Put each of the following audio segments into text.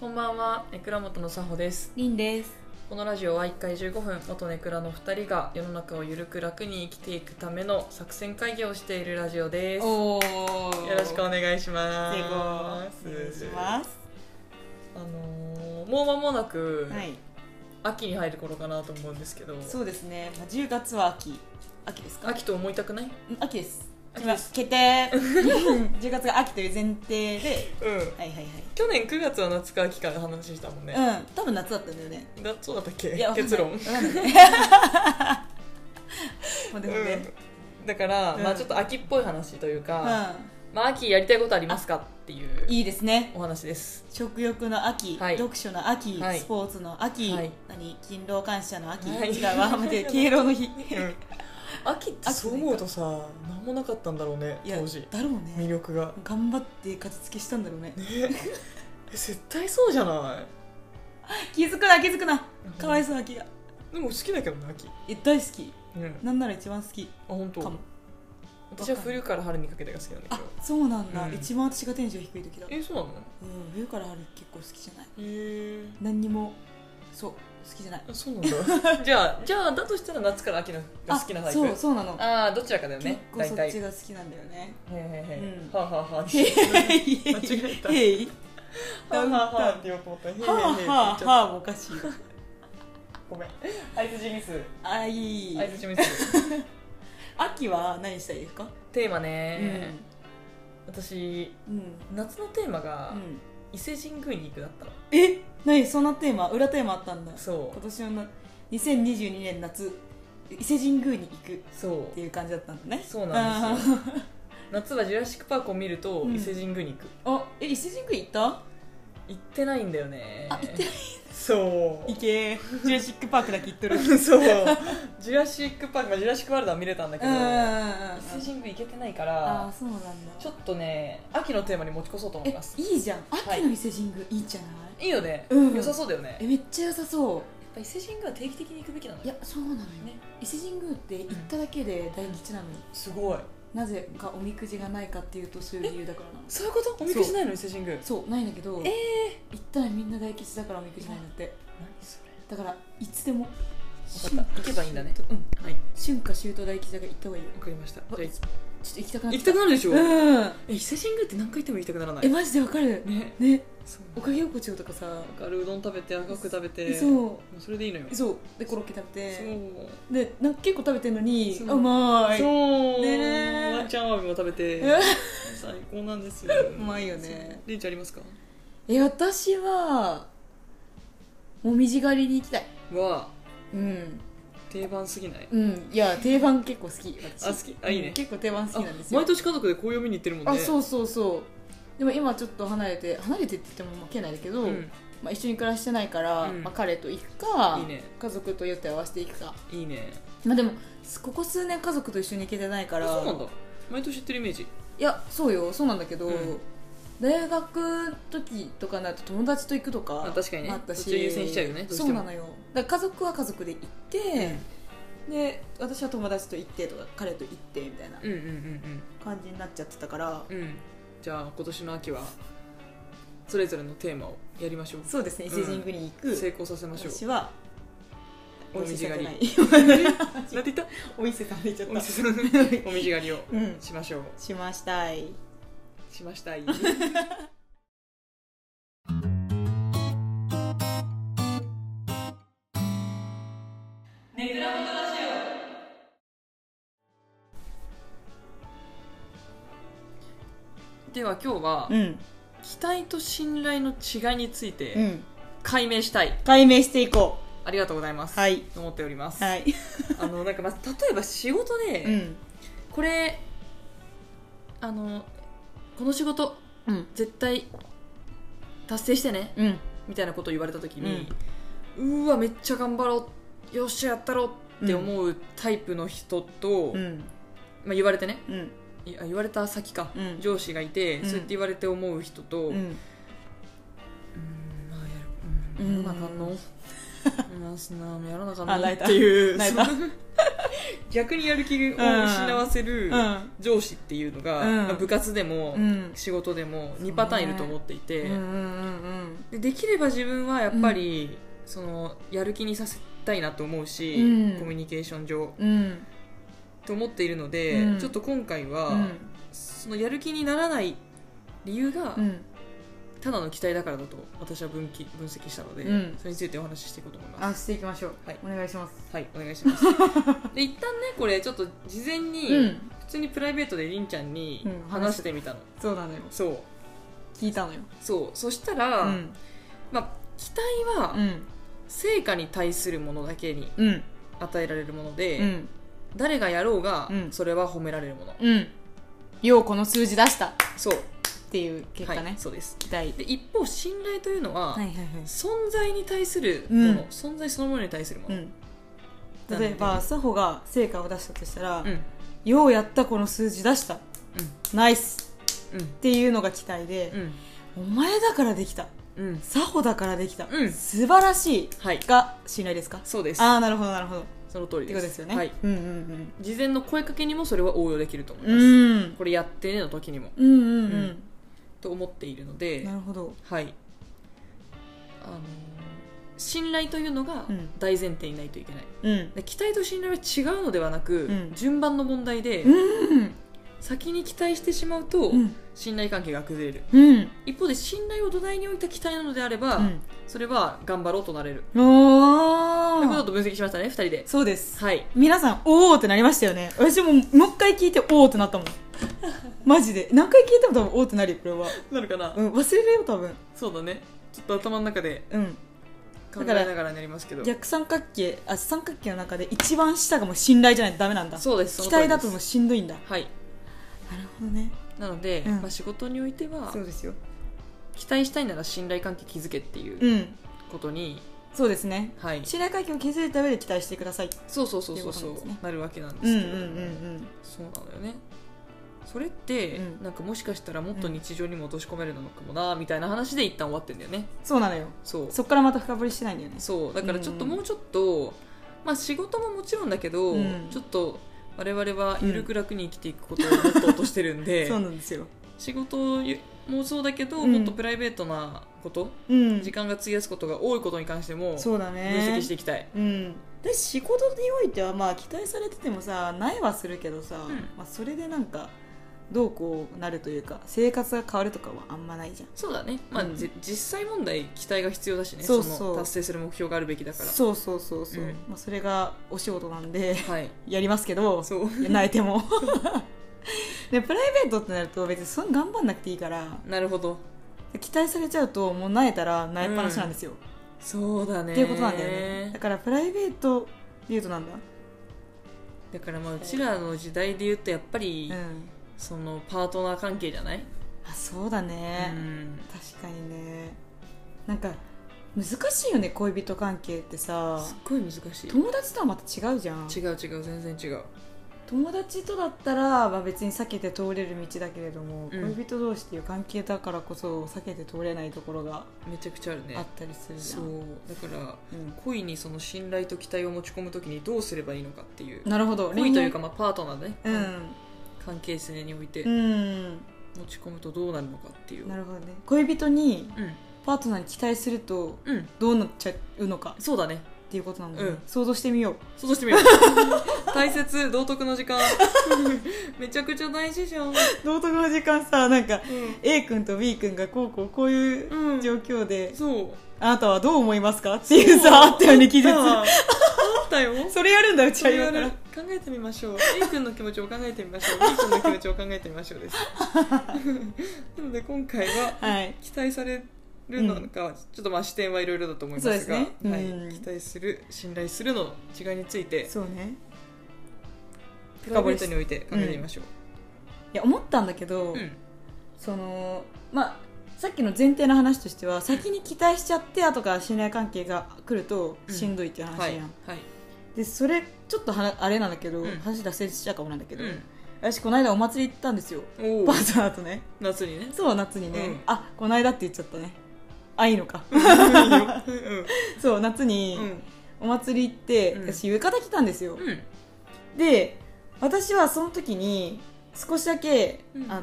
こんばんは、ネクラ元のさほです。りんです。このラジオは1回15分、元ネクラの2人が世の中をゆるく楽に生きていくための作戦会議をしているラジオです。よおお。ろしくお願いします。お願いします。あのーもう間もなくはい。秋に入る頃かなと思うんですけど、そうですね。まあ10月は秋。秋ですか？秋と思いたくない？うん。うん秋です。秋です決定。10月 が秋という前提で。はいはい去年9月は夏か秋かの話したもんね。はい。うん。多分夏だったんだよね。だそうだったっけいやわかんない結論。 わかんないまあでもね。うんだから、うんまあちょっと秋っぽい話といううか、ん。まあ秋やりたいことありますかっていういいですね。お話です。食欲の秋、はい読書の秋、はいスポーツの秋、はい何勤労感謝の秋、はい違うわ待って敬老の日秋ってそう思うとさ何もなかったんだろうねいや当時だろう魅ね力が頑張って勝ちつけしたんだろうねえ絶対そうじゃな気づくな気づくなかわいそうな気がいでも好きだけどね秋え大好きうんあなんなら一番好き本当かも私は冬から春にかけてが好きなんだあけどそうなんだ、うん一番私がテンション低い時だ、うん、えそうなの冬から春結構好きじゃないへえ何にもそう好きじゃないそうなんだ じゃあじゃあだとしたら夏から秋のが好きなタイそうプそうなのああどちらかだよ結ね構大そっ体ちへが好きなんだよねーへーへーうんはあはあはあはへ い間違えたへいあはあはあはあっては言おうと思ったへーへあはーへーあって言っちゃっはたあもおかしいよごめん相づちミスあいい相づちミス秋は何したいですかテーマうねん私うん夏のテーマがうん伊勢神宮に行くだったのえ何そんなテーマ裏テーマあったんだそ今う年のな2022年夏伊勢神宮に行くっそていう感じだったんだねそうなんですよう夏はジュラシック・パークを見るとうん伊勢神宮に行く、あえ伊勢神宮行った行ってないんだよねあ行ってないそ行けージュラシック・パークだけ行っと るうんうそうジュラシック・パーク、まあ、ジュラシック・ワールドは見れたんだけど伊あ勢神宮行けてないかあらーそうなんだちょっとね秋のテーマに持ち越そうと思いえますいいじゃんい秋の伊勢神宮いいじゃない、いいよね、うん良さそうだよねえやっめっちゃ良さそぱ伊勢神宮は定期的に行くべきなのういよやそうなのよ、ね伊勢神宮って行っただけで大吉なのよ、すごいなぜかおみくじがないかっていうとそういう理由だからなのそういうことおみくじないの伊勢神宮そうないんだけどえ行ったらみんな大吉だからおみくじないんだって何それだからいつでもかった行けばいいんだね春夏秋冬うはいん春夏秋冬大吉だから行った方がいいよわかりましたあじゃあちょっと行きたくなっ行たきたくなるでしょ、うんえ伊勢神宮って何回行っても行きたくならないえマジでわかるねねそうおかげ横丁とかさだからうどん食べて赤く食べてもそうそれでいいのようそうでコロッケ食べそうてでなんか結構食べてんのにそうあうまいそうねえワンちゃんアワビも食べてえ最高なんですようまいよねりんちゃんありますか え私はもみじ狩りに行きたいはうん定番すぎないうんいや定番結構好き私あ好きあいいねうん結構定番好きなんですよ毎年家族で紅葉見に行ってるもんねあそううそうそうでも今ちょっと離れて離れてって言ってもまあ県内だけど、んまあ、一緒に暮らしてないから、うんまあ、彼と行くかいいね家族と予定合わせて行くかいいねまあでもすここ数年家族と一緒に行けてないかあらそうなんだ毎年行ってるイメージいやそうよそうなんだけど、うん大学時とかになると友達と行くとかあ確かにねあったしそっち優先しちゃうよねどうしてそもうなのよだから家族は家族で行って、で私は友達と行ってとか彼と行ってみたいなうんうんうん感じになっちゃってたから、うんうんじゃあ今年の秋はそれぞれのテーマをやりましょうそうですね伊勢神宮に行く、成功させましょう私はおみじ狩りお伊なんて勢さんじゃない言った お伊勢さんで言っちゃおみったじ おみじ狩りをうんしましょうしましたいしましたいでは今日はうん期待と信頼の違いについうてん解明したい解明していこありがとうございますうはいと思っておりますはいあのなんかまず例えば仕事で、うんこれあのこの仕事うん絶対達成してねうんみたいなことを言われた時に、うーわめっちゃ頑張ろうよっしゃやったろうって思うタイプの人と、うんまあ、言われてねうんいあ言われた先か、うん上司がいて、うんそうやって言われて思う人と、ううーん、んまあやるうんやらなあかんのうんなんすなやらなあかんのあっ 泣いたていう泣いたその逆にやる気を失わせるうん上司っていうのが、うんまあ部活でもうん仕事でもね2パターンいると思っていて、うんうんうんでできれば自分はやっぱり、そのやる気にさせたいなと思うし、うんコミュニケーション上うんうんと思っているので、うんちょっと今回は、うんそのやる気にならない理由がうんただの期待だからだと私は分岐分析したので、うんそれについてお話ししていこうと思います。あしていきましょうはいお願いしますはい、お願いし ます。で、一旦ね、これちょっと事前に、うん普通にプライベートでりんちゃんにうん話してみたの。そうなのよそう。聞いたのよそう。そしたうら、んまあ、期待うはん成果に対するものだけにうん与えられるもので、うん誰がやろうが、うんそれは褒められるもの。うんようこの数字出したっそう。ていう結果はいねそうです。期待で、一方、信頼というのは、はいはいはい存在に対するもの、うん存在そのものに対するもうの。ん例えばサホが成果を出したとしたらうん。ようやったこの数字出したナイスうん。っていうのが期待でうん。お前だからできたうん。うん。サホだからできたうん素晴らしいはい。が信頼ですかそうです。ああなるほどなるほどっその通りてでこす。とですよねはい。うんうん事前の声かけにもそれは応用できると思いうんうます、んこれやってねの時にもうんううんうんと思っているのうんでなるほどはいあのー信頼というのがうん大前提にないといけない、うんで期待と信頼は違うのではなく、うん順番の問題で、うん先に期待してしまうと、うん信頼関係が崩れるうん一方で信頼を土台に置いた期待なのであれば、それは頑張ろうとなれるうんおということーと分析しましたね2人でそうですはい皆さん、おーってなりましたよね。私ももう一回聞いて、おーってなったもん。マジで。何回聞いても多分、おーってなるよ、これは。なるかな、うん、忘れるよ、多分。そうだねちょっと頭の中でうん。考えながらになりますけど逆三角形、あ、三角形の中で一番下がもう信頼じゃないとダメなんだ。そうですそ期の通り待ですだともうしんどいんだ。はいなるほどね。なので、うんまあ、仕事においてはそうですよ。。期待したいなら信頼関係築けっていううんことに、そうですね。はい、信頼関係を築いた上で期待してください。そうそうそうそうってそいううことなんですねなるわけなんでうんすうんうけど、んうん。そうなのよねそれって、うんなんかもしかしたらもっと日常にも落とし込めるのかもなみたいな話で一旦終わってんだよねそうなのよ。そうそっからまた深掘りしてないんだよね。そうだからちょっとうんうんもうちょっと、まあ、仕事ももちろんだけど、うんちょっと我々はゆるく楽に生きていくことをもっと落としてるんで、そうなんですよ。仕事もそうだけど、うんもっとプライベートなことうん時。間が費やすことが多いことに関してもそうだ分ね。析していきたい、うん、で仕事においてはまあ期待されててもさないはするけどさ、んまあ、それでなんかどうこうなるというか生活が変わるとかはあんまないじゃんそうだね、まあうんじ実際問題期待が必要だしねそうそうの達成する目標があるべきだからそうそうそうそう、うんまあ、それがお仕事なんで はいやりますけどそう泣いて もでプライベートってなると別にそんな頑張んなくていいからなるほど期待されちゃうともう泣えたら泣えっぱなしなんですよ、そうだねっていうことなんだよねだからプライベートでいうとなんだ、だからまあうちらの時代で言うとやっぱり、うん、そのパートナー関係じゃない、あそうだね、うん確かにねなんか難しいよね恋人関係ってさすっごい難しい友達とはまた違うじゃん違う違う全然違う友達とだったら、まあ、別に避けて通れる道だけれども、うん恋人同士っていう関係だからこそ避けて通れないところがめちゃくちゃあるねあったりするじゃそん、うだからうん恋にその信頼と期待を持ち込むときにどうすればいいのかっていうなるほど恋というかまあパートナーね、う関ん、関係性においてうん、持ち込むとどうなるのかっていうなるほどね恋人にうんパートナーに期待するとうんどうなっちゃうのかそうだねっていうことなんだね、うん想像してみよう 想像してみよう大切道徳の時間 めちゃくちゃ大事じゃん、道徳の時間さなんか A 君と B 君がこうこうこういううん状況で、 そうあなたはどう思いますかっていうさ、あったよね、記述。だわあったよ それやるんだ、うちそはれ今はから。ね考えてみましょう A 君の気持ちを考えてみましょう B 君の気持ちを考えてみましょうです なので今回ははい。期待されるのか、ちょっとまあ視点はいろいろだと思いますそがうですねはいうん期待する信頼するの違いについてそうね。プライベートにおいて考えてみましょいや、思ったんだけう、ど、うんその、まあ、さっきの前提の話としては、先に期待しちゃって、後から信頼関係が来るとうんしんどいっていうは話いやん。はい、で、それ、ちょっとはなあれなんだけど、うん話脱線しちゃうかもなんだけど、うん私、この間お祭り行ったんですよ。おパーートナーとね。夏 にねそう、夏にね。うんあ、この間って言っちゃったね。あ、いいのか。うんそう、夏にうんお祭り行って、うん私、浴衣着たんですよ。うんで私はその時に少しだけ、うんあの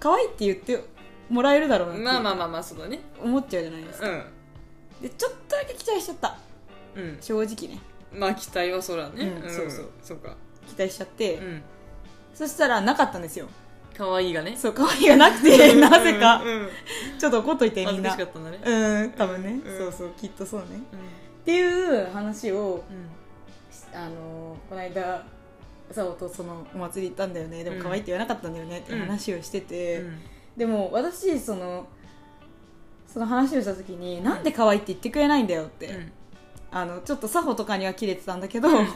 可愛いって言ってもらえるだろうなってまあまあまあまあそうだね思っちゃうじゃないですか、うでちょっとだけ期待しちゃったんうん正直ねまあ期待はそらね、うんそうそうそうか期待しちゃって、うんそしたらなかったんですよ可愛いがねそう可愛いがなくてなぜかうんうんちょっと怒っといてみ恥ずんかなしかったんだねうん多分ね、うんそうそうきっとそうねうんっていう話をうんあのこの間サオとそのお祭り行ったんだよねでうんも可愛いって言わなかったんだよねって話をしてて、うんでも私そのその話をした時に、なんで可愛いって言ってくれないんだよって、うんあのちょっと作法とかには切れてたんだけど、うん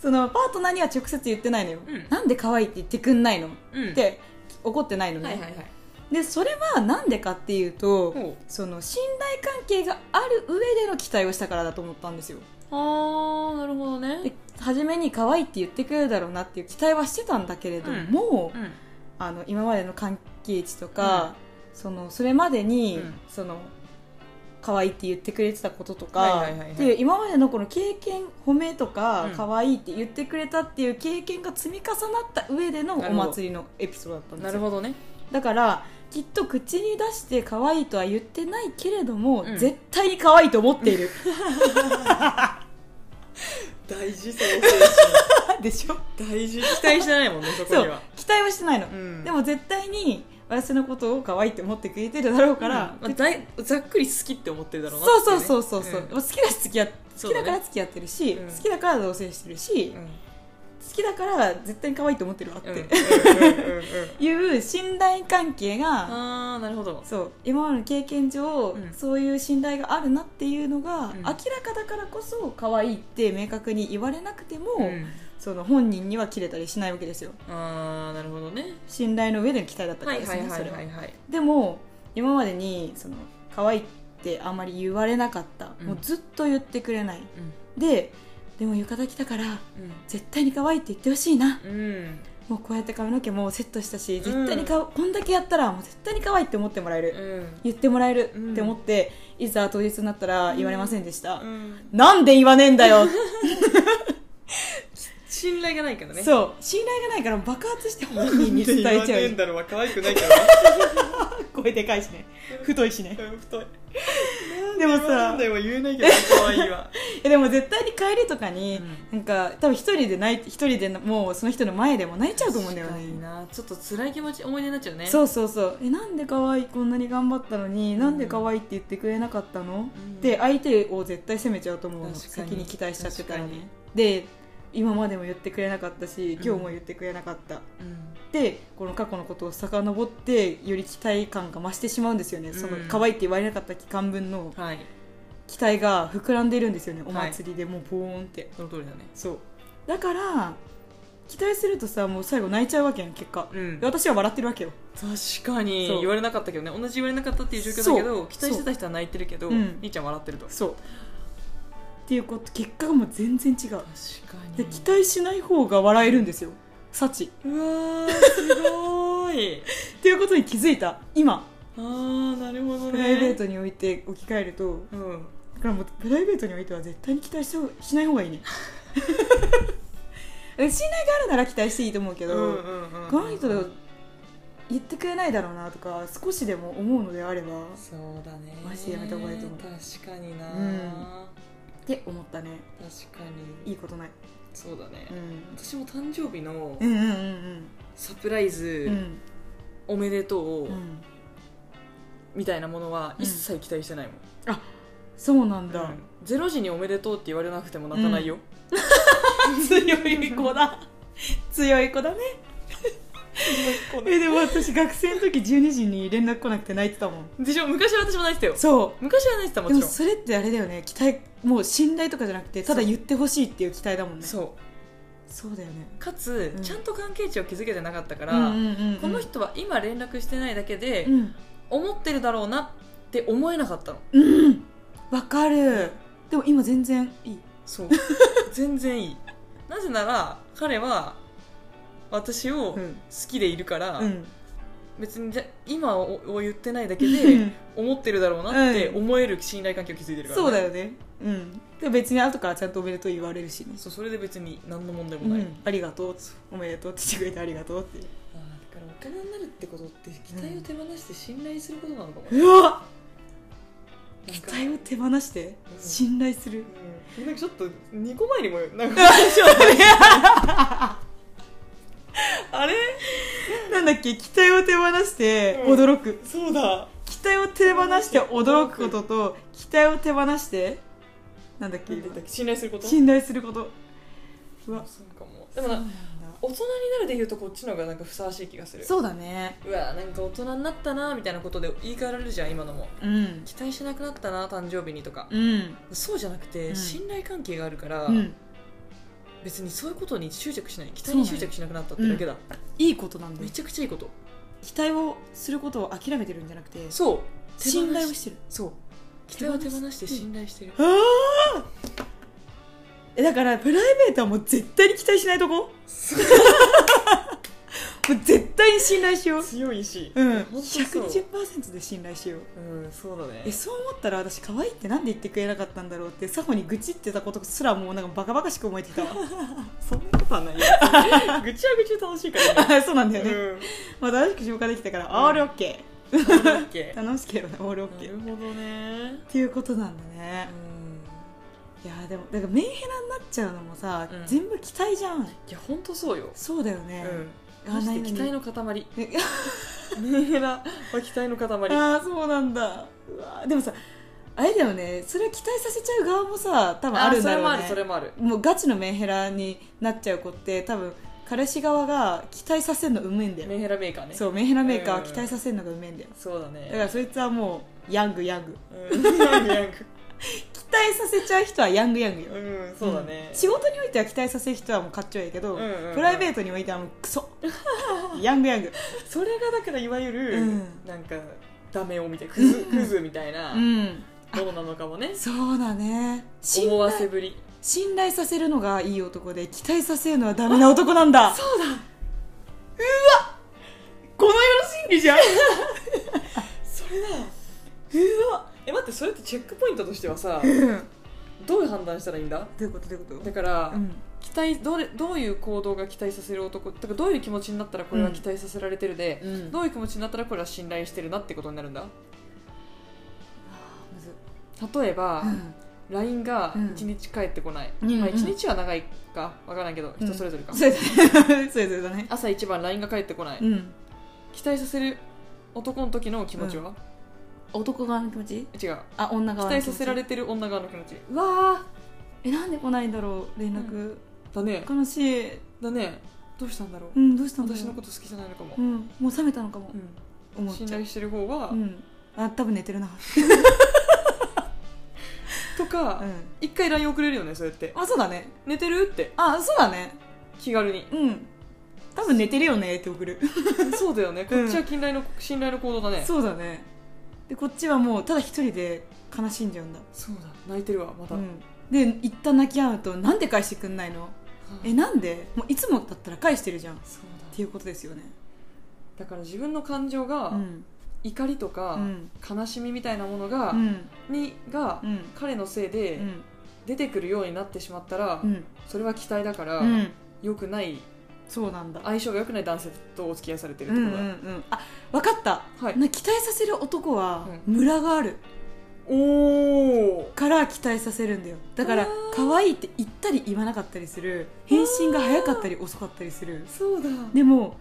そのパートナーには直接言ってないのよ、うんなんで可愛いって言ってくんないのっうんて怒ってないのね、はいはいはいでそれはなんでかっていうと、ほその信頼関係がある上での期待をしたからだと思ったんですようああなるほどねで初めに可愛いって言ってくれるだろうなっていう期待はしてたんだけれども、うんあの今までの関係値とか、そのそれまでに、うんその可愛いって言ってくれてたこととか、はいはいはいはいで今までのこの経験褒めとか、うん可愛いって言ってくれたっていう経験が積み重なった上でのお祭りのエピソードだったんでなするよほどねだからきっと口に出して可愛いとは言ってないけれども、うん絶対に可愛いと思っ ている大事そう でしょ大事期待してないもんねそこそにうは期待はしてないの、うんでも絶対に私のことを可愛いって思ってくれてるだろうから、うんまあ、だいざっくり好きって思ってるだろうなそうそううそうそうそう、ん好きだし付き合っ好そうきだだねから付き合ってるし、うん好きだから同棲してるし、う好んきだから絶対に可愛いと思ってるわって、うんうんうんうんうんいう信頼関係がああなるほどそう今までの経験上、うんそういう信頼があるなっていうのが、うん明らかだからこそ可愛いって明確に言われなくても、うんその本人には切れたりしないわけですよああなるほどね信頼の上での期待だったかはらいですはね、いはそいれははいはいでも今までにその可愛いってあんまり言われなかった、うんもうずっと言ってくれないうんででも浴衣着たから絶対に可愛いって言ってほしいなうんもうこうやって髪の毛もうセットしたし絶対にか、こんだけやったらもう絶対に可愛いって思ってもらえる、うん言ってもらえるって思って、いざ当日になったら言われませんでした、うんなんで言わねえんだよ、信頼がないからねうそう信頼がないから爆発して本人に伝えち言わゃねうえんだろうは可愛くないからな声でかいしね太いしねうん太いでも言わねえさんだよは言えないけど可愛いわえでも絶対に帰りとかに、なんか多分一人で泣い一人でもうその人の前でも泣いちゃうと思うんだよね確かになちょっと辛い気持ち思い出になっちゃうねそううそうそうえなんで可愛いこんなに頑張ったのに、なんで可愛いって言ってくれなかったの、んで相手を絶対責めちゃうと思うの確かに先に期待しちゃってたらね確かで今までも言ってくれなかったしん今日も言ってくれなかった、うんでこの過去のことを遡ってより期待感が増してしまうんですよね、そのうん可愛いって言われなかった期間分のはい期待が膨らんでるんですよねおはい祭りでもうボーンって、その通りだねそうだから期待するとさもう最後泣いちゃうわけやん結果、うん私は笑ってるわけよ確かにそう言われなかったけどね同じ言われなかったっていう状況だけそどう期待してた人は泣いてるけどそううん兄ちゃん笑ってると確そうっていうこと結果がもう全然違うかで期待しない方が笑えるんですよ幸うわーすごーいっていうことに気づいた今あーなるほどねプライベートにおいて置き換えるとうんだからもうプライベートにおいては絶対に期待ししない方が いいね信頼があるなら期待していいと思うけど、うんうんうんうんこの人言ってくれないだろうなとか少しでも思うのであればっそうだねマジでやめた方がいいと思う確かにな、うんて思ったね確かいにいことない、そうだね、うん、私も誕生日のうんうんうんサプライズうん、うんおめでとう、うんみたいなものはうん一切期待してないもん、そうなんだ、ゼロ時におめでとうって言われなくても泣かないよ、強い子だ強い子だねえでも私学生の時12時に連絡来なくて泣いてたも んでしょ昔は私も泣いてたよそ昔は泣いてたうもでちもろんそれってあれだよね期待もう信頼とかじゃなくてただ言ってほしいっていう期待だもんねそうそだよねうかつ、うんちゃんと関係値を築けてなかったから、うんうんうんうんこの人は今連絡してないだけで、うん思ってるだろうなって思えなかったのうんわかるでも今全然いい そう全然いいなぜなら彼は私をう好んきでいるから、うん別にじゃ今をを言ってないだけで思ってるだろうなってう思える信頼関係を築いてるから、 そうだよねうんで別に後からちゃんとおめでとう言われるしね、そうそれで別に何の問題うもない、ん、ありがとうっておめでとうって言ってくれてありがとうっていうあーだから大人になるってことって期待を手放して信頼することなのかもね、うわなん期か待を手放して信頼するうんなんかちょっと2個前にもなんか あれなんだっけ期待を手放してうん驚く、そうだ期待を手放して驚くことと期待を手放してなんだっけなんて言ったっけ信頼すること信頼することうわそうかもでもな大人になるで言うとこっちの方がなんかふさわしい気がするそうだねうわなんか大人になったなみたいなことで言い換えられるじゃん今のもうん期待しなくなったな誕生日にとか、うんそうじゃなくて、うん信頼関係があるから、うん別にそういうことに執着しない期待に執着しなくなったってだけだ、いいことなんだめよちゃくちゃいいこと期待をすることを諦めてるんじゃなくてそう信頼をしてるそう期手待を放し手放して信頼してるああえだからプライベートはもう絶対に期待しないとこも う絶対に信頼しよう強いしうん本当そう120%で信頼しよううんそうだねえそう思ったら私可愛いってなんで言ってくれなかったんだろうってサホに愚痴ってたことすらもうなんかバカバカしく思えてきたわ そんなことは ないよ愚痴は愚痴で楽しいから ねあそうなんだよね、うんまあ楽しく消化できたから、んオールオッケそうだっけー楽しければねオールオッなケーるっほどねていうことなんだねう、んいやーでもだからメンヘラになっちゃうのもさ、うん全部期待じゃんいや本当そうよそうだようね、んあマジで期待の 塊メンヘラは期待の塊ああそうなんだうわーでもさあれだよねそれを期待させちゃう側もさ多分あるんだろうねあそれもあるそれもあるもうガチのメンヘラになっちゃう子って多分彼氏側が期待させるのうめえんだよ、メンヘラメーカーねそうメンヘラメーカーはうん期待させるのがうめえんだよそうだねだからそいつはもうヤングヤングうんなんかなんか期待させちゃう人はヤングヤングよ、うんそうだねん仕事においては期待させる人はもうかっちょいいけど、うんうんうんプライベートにおいてはもう クソヤングヤングそれがだからいわゆる、うんなんかダメをみたいなクズクズみたいなうんものなのかもねそうだね信思わ頼せぶり信頼させるのがいい男で期待させるのはダメな男なんだそうだこの世の真理じ ゃんそれだうわえ待ってそれってチェックポイントとしてはさうん どどういう判断したらいいんだういうことどういうことだから、うん期待どうでどういう行動が期待させる男だからどういう気持ちになったらこれは期待させられてるで、うんどういう気持ちになったらこれは信頼してるなってことになるんだむずっ例えば、LINE がうん1日返ってこない、うんまあ、うん1日は長いかわからんけどうん人それぞれか、それそれぞれだね 朝一番 LINE が返ってこない、うん期待させる男の時の気持ちは、男側の気持ち違うあ女期待側の気持ちさせられてる女側の気持ちうわーえなんで来ないんだろう連絡、だね悲しいだねどうしたんだろう、うんどうしたんだろう私のこと好きじゃないのかもう、んもう冷めたのかも、うん思っ信ちゃう頼してる方は、うんあ多分寝てるなとか、うん一回 LINE 送れるよねそうやってあそうだね寝てるってあそうだね気軽にうん多分寝てるよねって送るそうだよねこっちは信頼の信頼の行動だね そうだねでこっちはもうただ一人で悲しんじゃうんだ、そうだ泣いてるわまた、うん、で一旦泣き合うとなんで返してくんないのええなんでもういつもだったら返してるじゃんっそうだていうことですよねだから自分の感情が、うん怒りとか、うん悲しみみたいなものが、うんにが、うん彼のせいでうん出てくるようになってしまったら、うんそれは期待だから、う良んくないそうなんだ相性が良くない男性とお付き合いされてるうっんうてんうことだ、んあ分かった、はいな期待させる男はうムラがあるおおから期待させるんだよだかあらー可愛いって言ったり言わなかったりする返信が早かったり遅かったりするそうだでも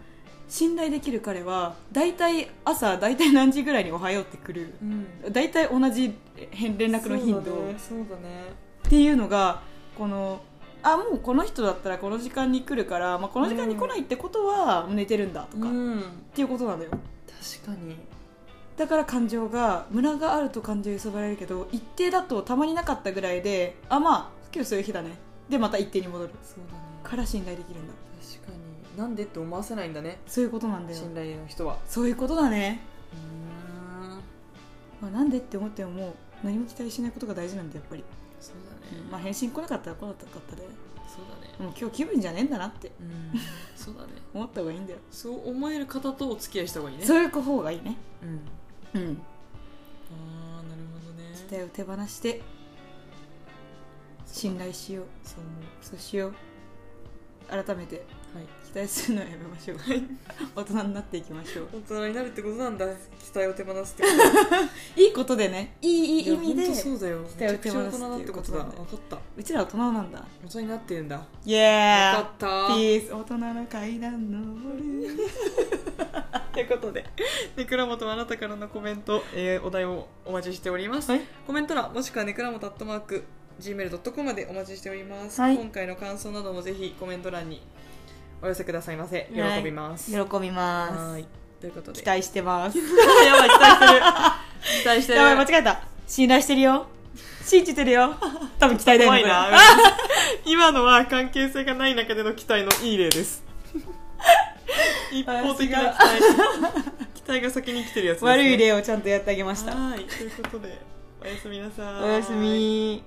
信頼できる彼は大体朝大体何時ぐらいに「おはよう」って来るうん大体同じ連連絡の頻度、そうだねそうだねっていうのがこのあもうこの人だったらこの時間に来るから、まあ、この時間に来ないってことは寝てるんだとか、っうんていうことなんだよ確かにだから感情がムラがあると感情揺さぶられるけど一定だとたまになかったぐらいであまあ今日そういう日だねでまた一定に戻るそうだねから信頼できるんだ確かになんでって思わせないんだねそういうことなんだよ信頼の人はそういうことだねうーんまあ、なんでって思ってももう何も期待しないことが大事なんだやっぱり、そうだねまあ返信来なかったら来なかったでそうだねもう今日気分じゃねえんだなってうん そうだね思った方がいいんだよ、そう思える方とお付き合いした方がいいねそういう方がいいねうんうんああなるほどね期待を手放して信頼しようそう思うそうしよう改めてはい期待するのはやめましょう、大人になっていきましょう大人になるってことなんだ期待を手放すってこいいことでねいいいとい意味でいや本当そうだよめ待ちをゃく手ち放ゃす大人だってっていうここととだなん分だかったうちら大人なんだ大人になってるんだよイエかーったイピース大人の階段登る ということで、ネクラモトはあなたからのコメント、えーお題をお待ちしております。はいコメント欄、もしくはネクラモトアットマーク、gmail.com までお待ちしております。はい今回の感想などもぜひコメント欄にお寄せくださいませ。は喜いびます。喜びまはすい。ということで。期待してま すやばい、期待 してる。期待してる。やばい間違えた信頼してるよ信じてるよ多分期待だよ怖ねいなこれ。 今のは関係性がない中での期待のいい例 です。一方的な期待。期待が先に来てるやつです、ね。悪い例をちゃんとやってあげましたはい、ということで、おやすみなさい。おやすみ